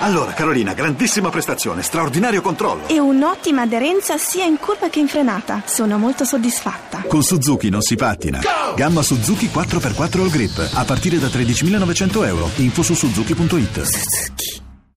Allora, Carolina, grandissima prestazione, straordinario controllo. E un'ottima aderenza sia in curva che in frenata. Sono molto soddisfatta. Con Suzuki non si pattina. Gamma Suzuki 4x4 All Grip. A partire da 13.900 euro. Info su suzuki.it.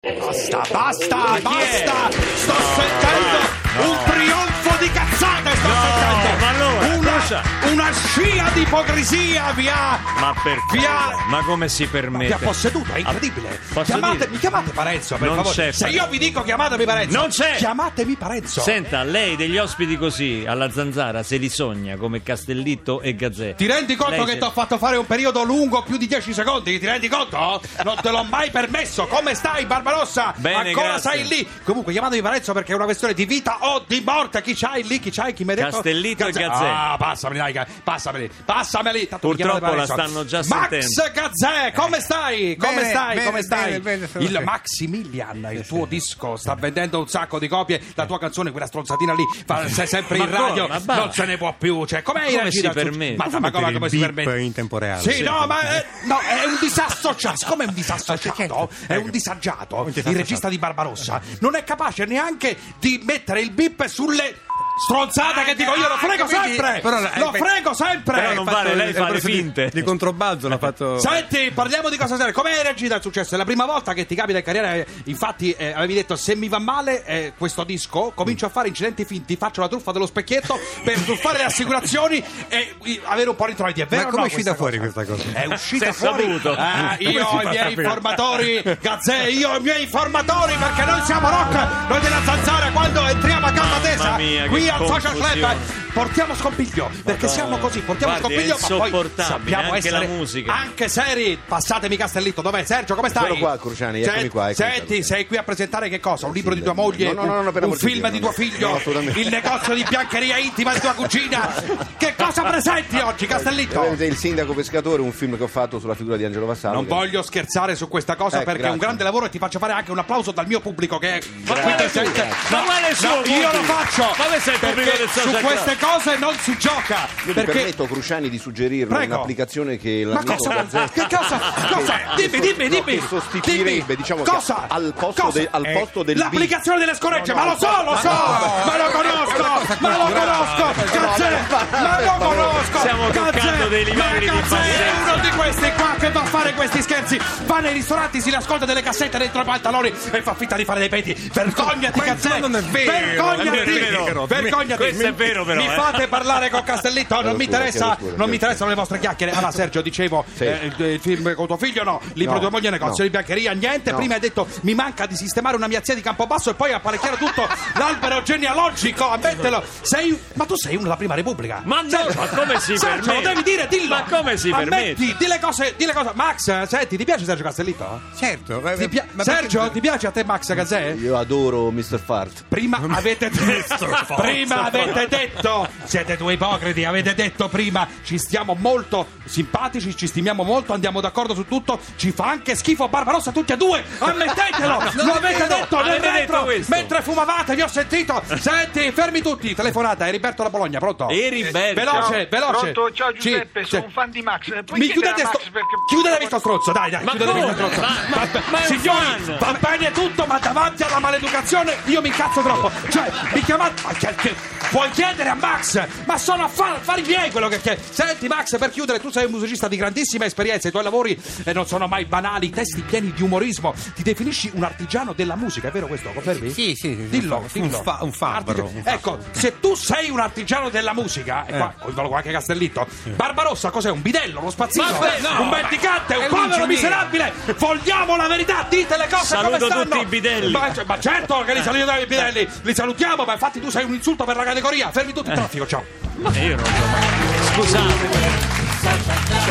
Basta, basta, basta! Sto sentendo un trionfo di cazzate, sto sentendo! ma allora, cosa? una, una scia di ipocrisia vi ha, Ma perché? vi ha- Ma come si vi permette? ha posseduto, è incredibile! posso Chiamatemi, dire? chiamate Parenzo, per Non favore! c'è Se io vi dico chiamatemi Parenzo! Non c'è! Chiamatevi Parenzo! Senta, lei degli ospiti così alla zanzara se li sogna come Castellitto e Gazzè. Ti rendi conto Lei che se- ti ho fatto fare un periodo lungo più di 10 secondi? Ti rendi conto? Non te l'ho mai permesso. Come stai, Barbarossa? Bene, Ancora grazie. stai lì? Comunque, chiamatevi Parenzo perché è una questione di vita o di morte. Chi c'hai lì? Chi c'hai? Chi mi ha detto? Castellitto e Gazzè. Ah, passameli, dai, ga- passameli, passameli. Tanto mi Purtroppo chiamate la Parenzo. stanno già Max sentendo. Eh. Gazzè, come stai? Come Bene, stai? bene, come stai? bene, bene, sono il qui. Maximilian, il tuo disco sta vendendo un sacco di copie. La tua canzone, quella stronzatina lì, fa- sei sempre Ma in radio. come? Ma basta. non se ne può più. Cioè, com'è Come reagire si al successo? permette? Ma, ma come, come si Beep permette? in tempo reale. Sì, no, ma eh, no, è un disassociato. Come è un disassociato? È Ecco. un disagiato. Il regista di Barbarossa non è capace neanche di mettere il bip sulle stronzate che dico io. Lo frego quindi- sempre! Ah, però- Lo eh, frego Però sempre! non fatto vale lei il- fare il- finte. Di controbalzo l'ha fatto. Senti, parliamo di cosa seria. Come hai reagito al successo? È la prima volta che ti capita in carriera. eh, Infatti, eh, avevi detto: Se mi va male eh, questo disco, comincio a fare incidenti finti, faccio la truffa dello specchietto per truffare le assicurazioni e eh, avere un po' di introiti. È vero? Ma o no come è uscita fuori questa cosa? questa cosa? È uscita Si è fuori. saputo. Ah, io Come ho si i fa a miei sapere? informatori, Gazzè, io ho i miei informatori perché noi siamo rock, noi della zanzara quando entriamo a gamba tesa mia, che qui al social club confusione. portiamo scompiglio perché siamo così, portiamo Guardi, è scompiglio ma poi insopportabile, sappiamo anche la essere musica. anche seri. Passatemi Castellitto, dov'è Sergio? Come stai? Sono qua, Cruciani, Senti- eccomi qua, eccomi Senti, qua. sei qui a presentare che cosa? Un libro di tua no, moglie, no, no, no, no, per un amor di film Dio, di no, tuo no. No, figlio, assolutamente. il negozio di biancheria intima di tua cugina. Che cosa presenti oggi, E Castellitto? ovviamente Il sindaco pescatore, un film che ho fatto sulla figura di Angelo Vassano. Non che- voglio scherzare su questa cosa Eh, perché è un grazie. grande lavoro e ti faccio fare anche un applauso dal mio pubblico che è qui quale presente. pubblico? Ma quale no, suo io pubblico? lo faccio. Ma questo è il pubblico perché del social Su club. queste cose non si gioca Io ti perché permetto, Cruciani, di suggerirle Prego. un'applicazione che ma l'amico cosa? Gazzè- Che cosa? Cosa? Dimmi, che- che dimmi, no, dimmi. che sostituirebbe, Dimmi. diciamo, che cosa? al posto Cosa? de- al Eh, posto del L'applicazione delle scorregge, ma lo so, lo so! Ma lo conosco! Ma lo conosco! Gazzè! Ma lo conosco! Stiamo toccando Gazzè, dei livelli di ma Gazzè è pazzesco. uno di questi qua che va a fare questi scherzi! Va nei ristoranti, si nasconde delle cassette dentro i pantaloni e fa finta di fare dei peti! Vergognati, Gazzè! non è vero, non è vero. Vergognati! Vergognati! Questo è vero, però, Mi eh. fate parlare con Castellitto, non mi Eh, scusa, interessa, chiedo scusa, non chiedo mi scusa. interessano le vostre chiacchiere. Allora, Sergio, dicevo, eh, il, il film con tuo figlio no, libro No, di tua moglie, negozio no. di biancheria, niente. No. Prima hai detto mi manca di sistemare una mia zia di Campobasso e poi apparecchiare tutto l'albero genealogico, ammettelo. Sei, ma tu sei uno della prima Repubblica. Ma no, Sergio- ma come si Sergio, permette? lo devi dire, dillo. Ma come si Ammetti, permette? Dì le cose, dì le cose. Max, senti, ti piace Sergio Castellitto? Certo, ma- Ti pia- ma perché- Sergio, ti piace a te Max Gazzè? Io adoro Mr. Fart. Prima avete detto, prima avete detto, siete due ipocriti, avete detto prima ci stiamo molto simpatici, ci stimiamo molto, andiamo d'accordo su tutto, ci fa anche schifo Barbarossa tutti e due, ammettetelo, lo avete detto nel Avete retro, detto questo. mentre fumavate vi ho sentito, senti, fermi tutti, telefonata, Eriberto da Bologna, pronto? Eriberto. Veloce, veloce. Pronto, ciao Sì, Giuseppe, sono sì. un fan di Max. Eh, Puoi Mi chiedere chiudete a sto, Max perché- chiudete sto stronzo, dai, dai, Ma chiudete sto come? stronzo. Ma- ma- ma è un signori, fan. va bene tutto, ma davanti alla maleducazione io mi incazzo troppo. Cioè, mi chiamate. ma che- che- Puoi chiedere a Max, ma sono affari affari miei quello che chiedi. Senti, Max, per chiudere, tu sei un musicista di grandissima esperienza, i tuoi lavori eh, non sono mai banali, testi pieni di umorismo. Ti definisci un artigiano della musica, è vero questo? Confermi? Sì, sì, sì, sì. Dillo, Un dillo. fa- un fabbro, un fabbro. Eh. Ecco, se tu sei un artigiano della musica, e qua coinvolgo anche Castellitto, Barbarossa cos'è? Un bidello, uno spazzino, Ma beh, no, un ma- mendicante, un è un povero ingegnere. miserabile! Vogliamo la verità, dite le cose come Saluto stanno! tutti i bidelli. Ma, ma certo che li salutiamo i bidelli, li salutiamo, ma infatti tu sei un insulto per la Eh. categoria, fermi tutto il traffico, ciao! Ma io non lo Scusate.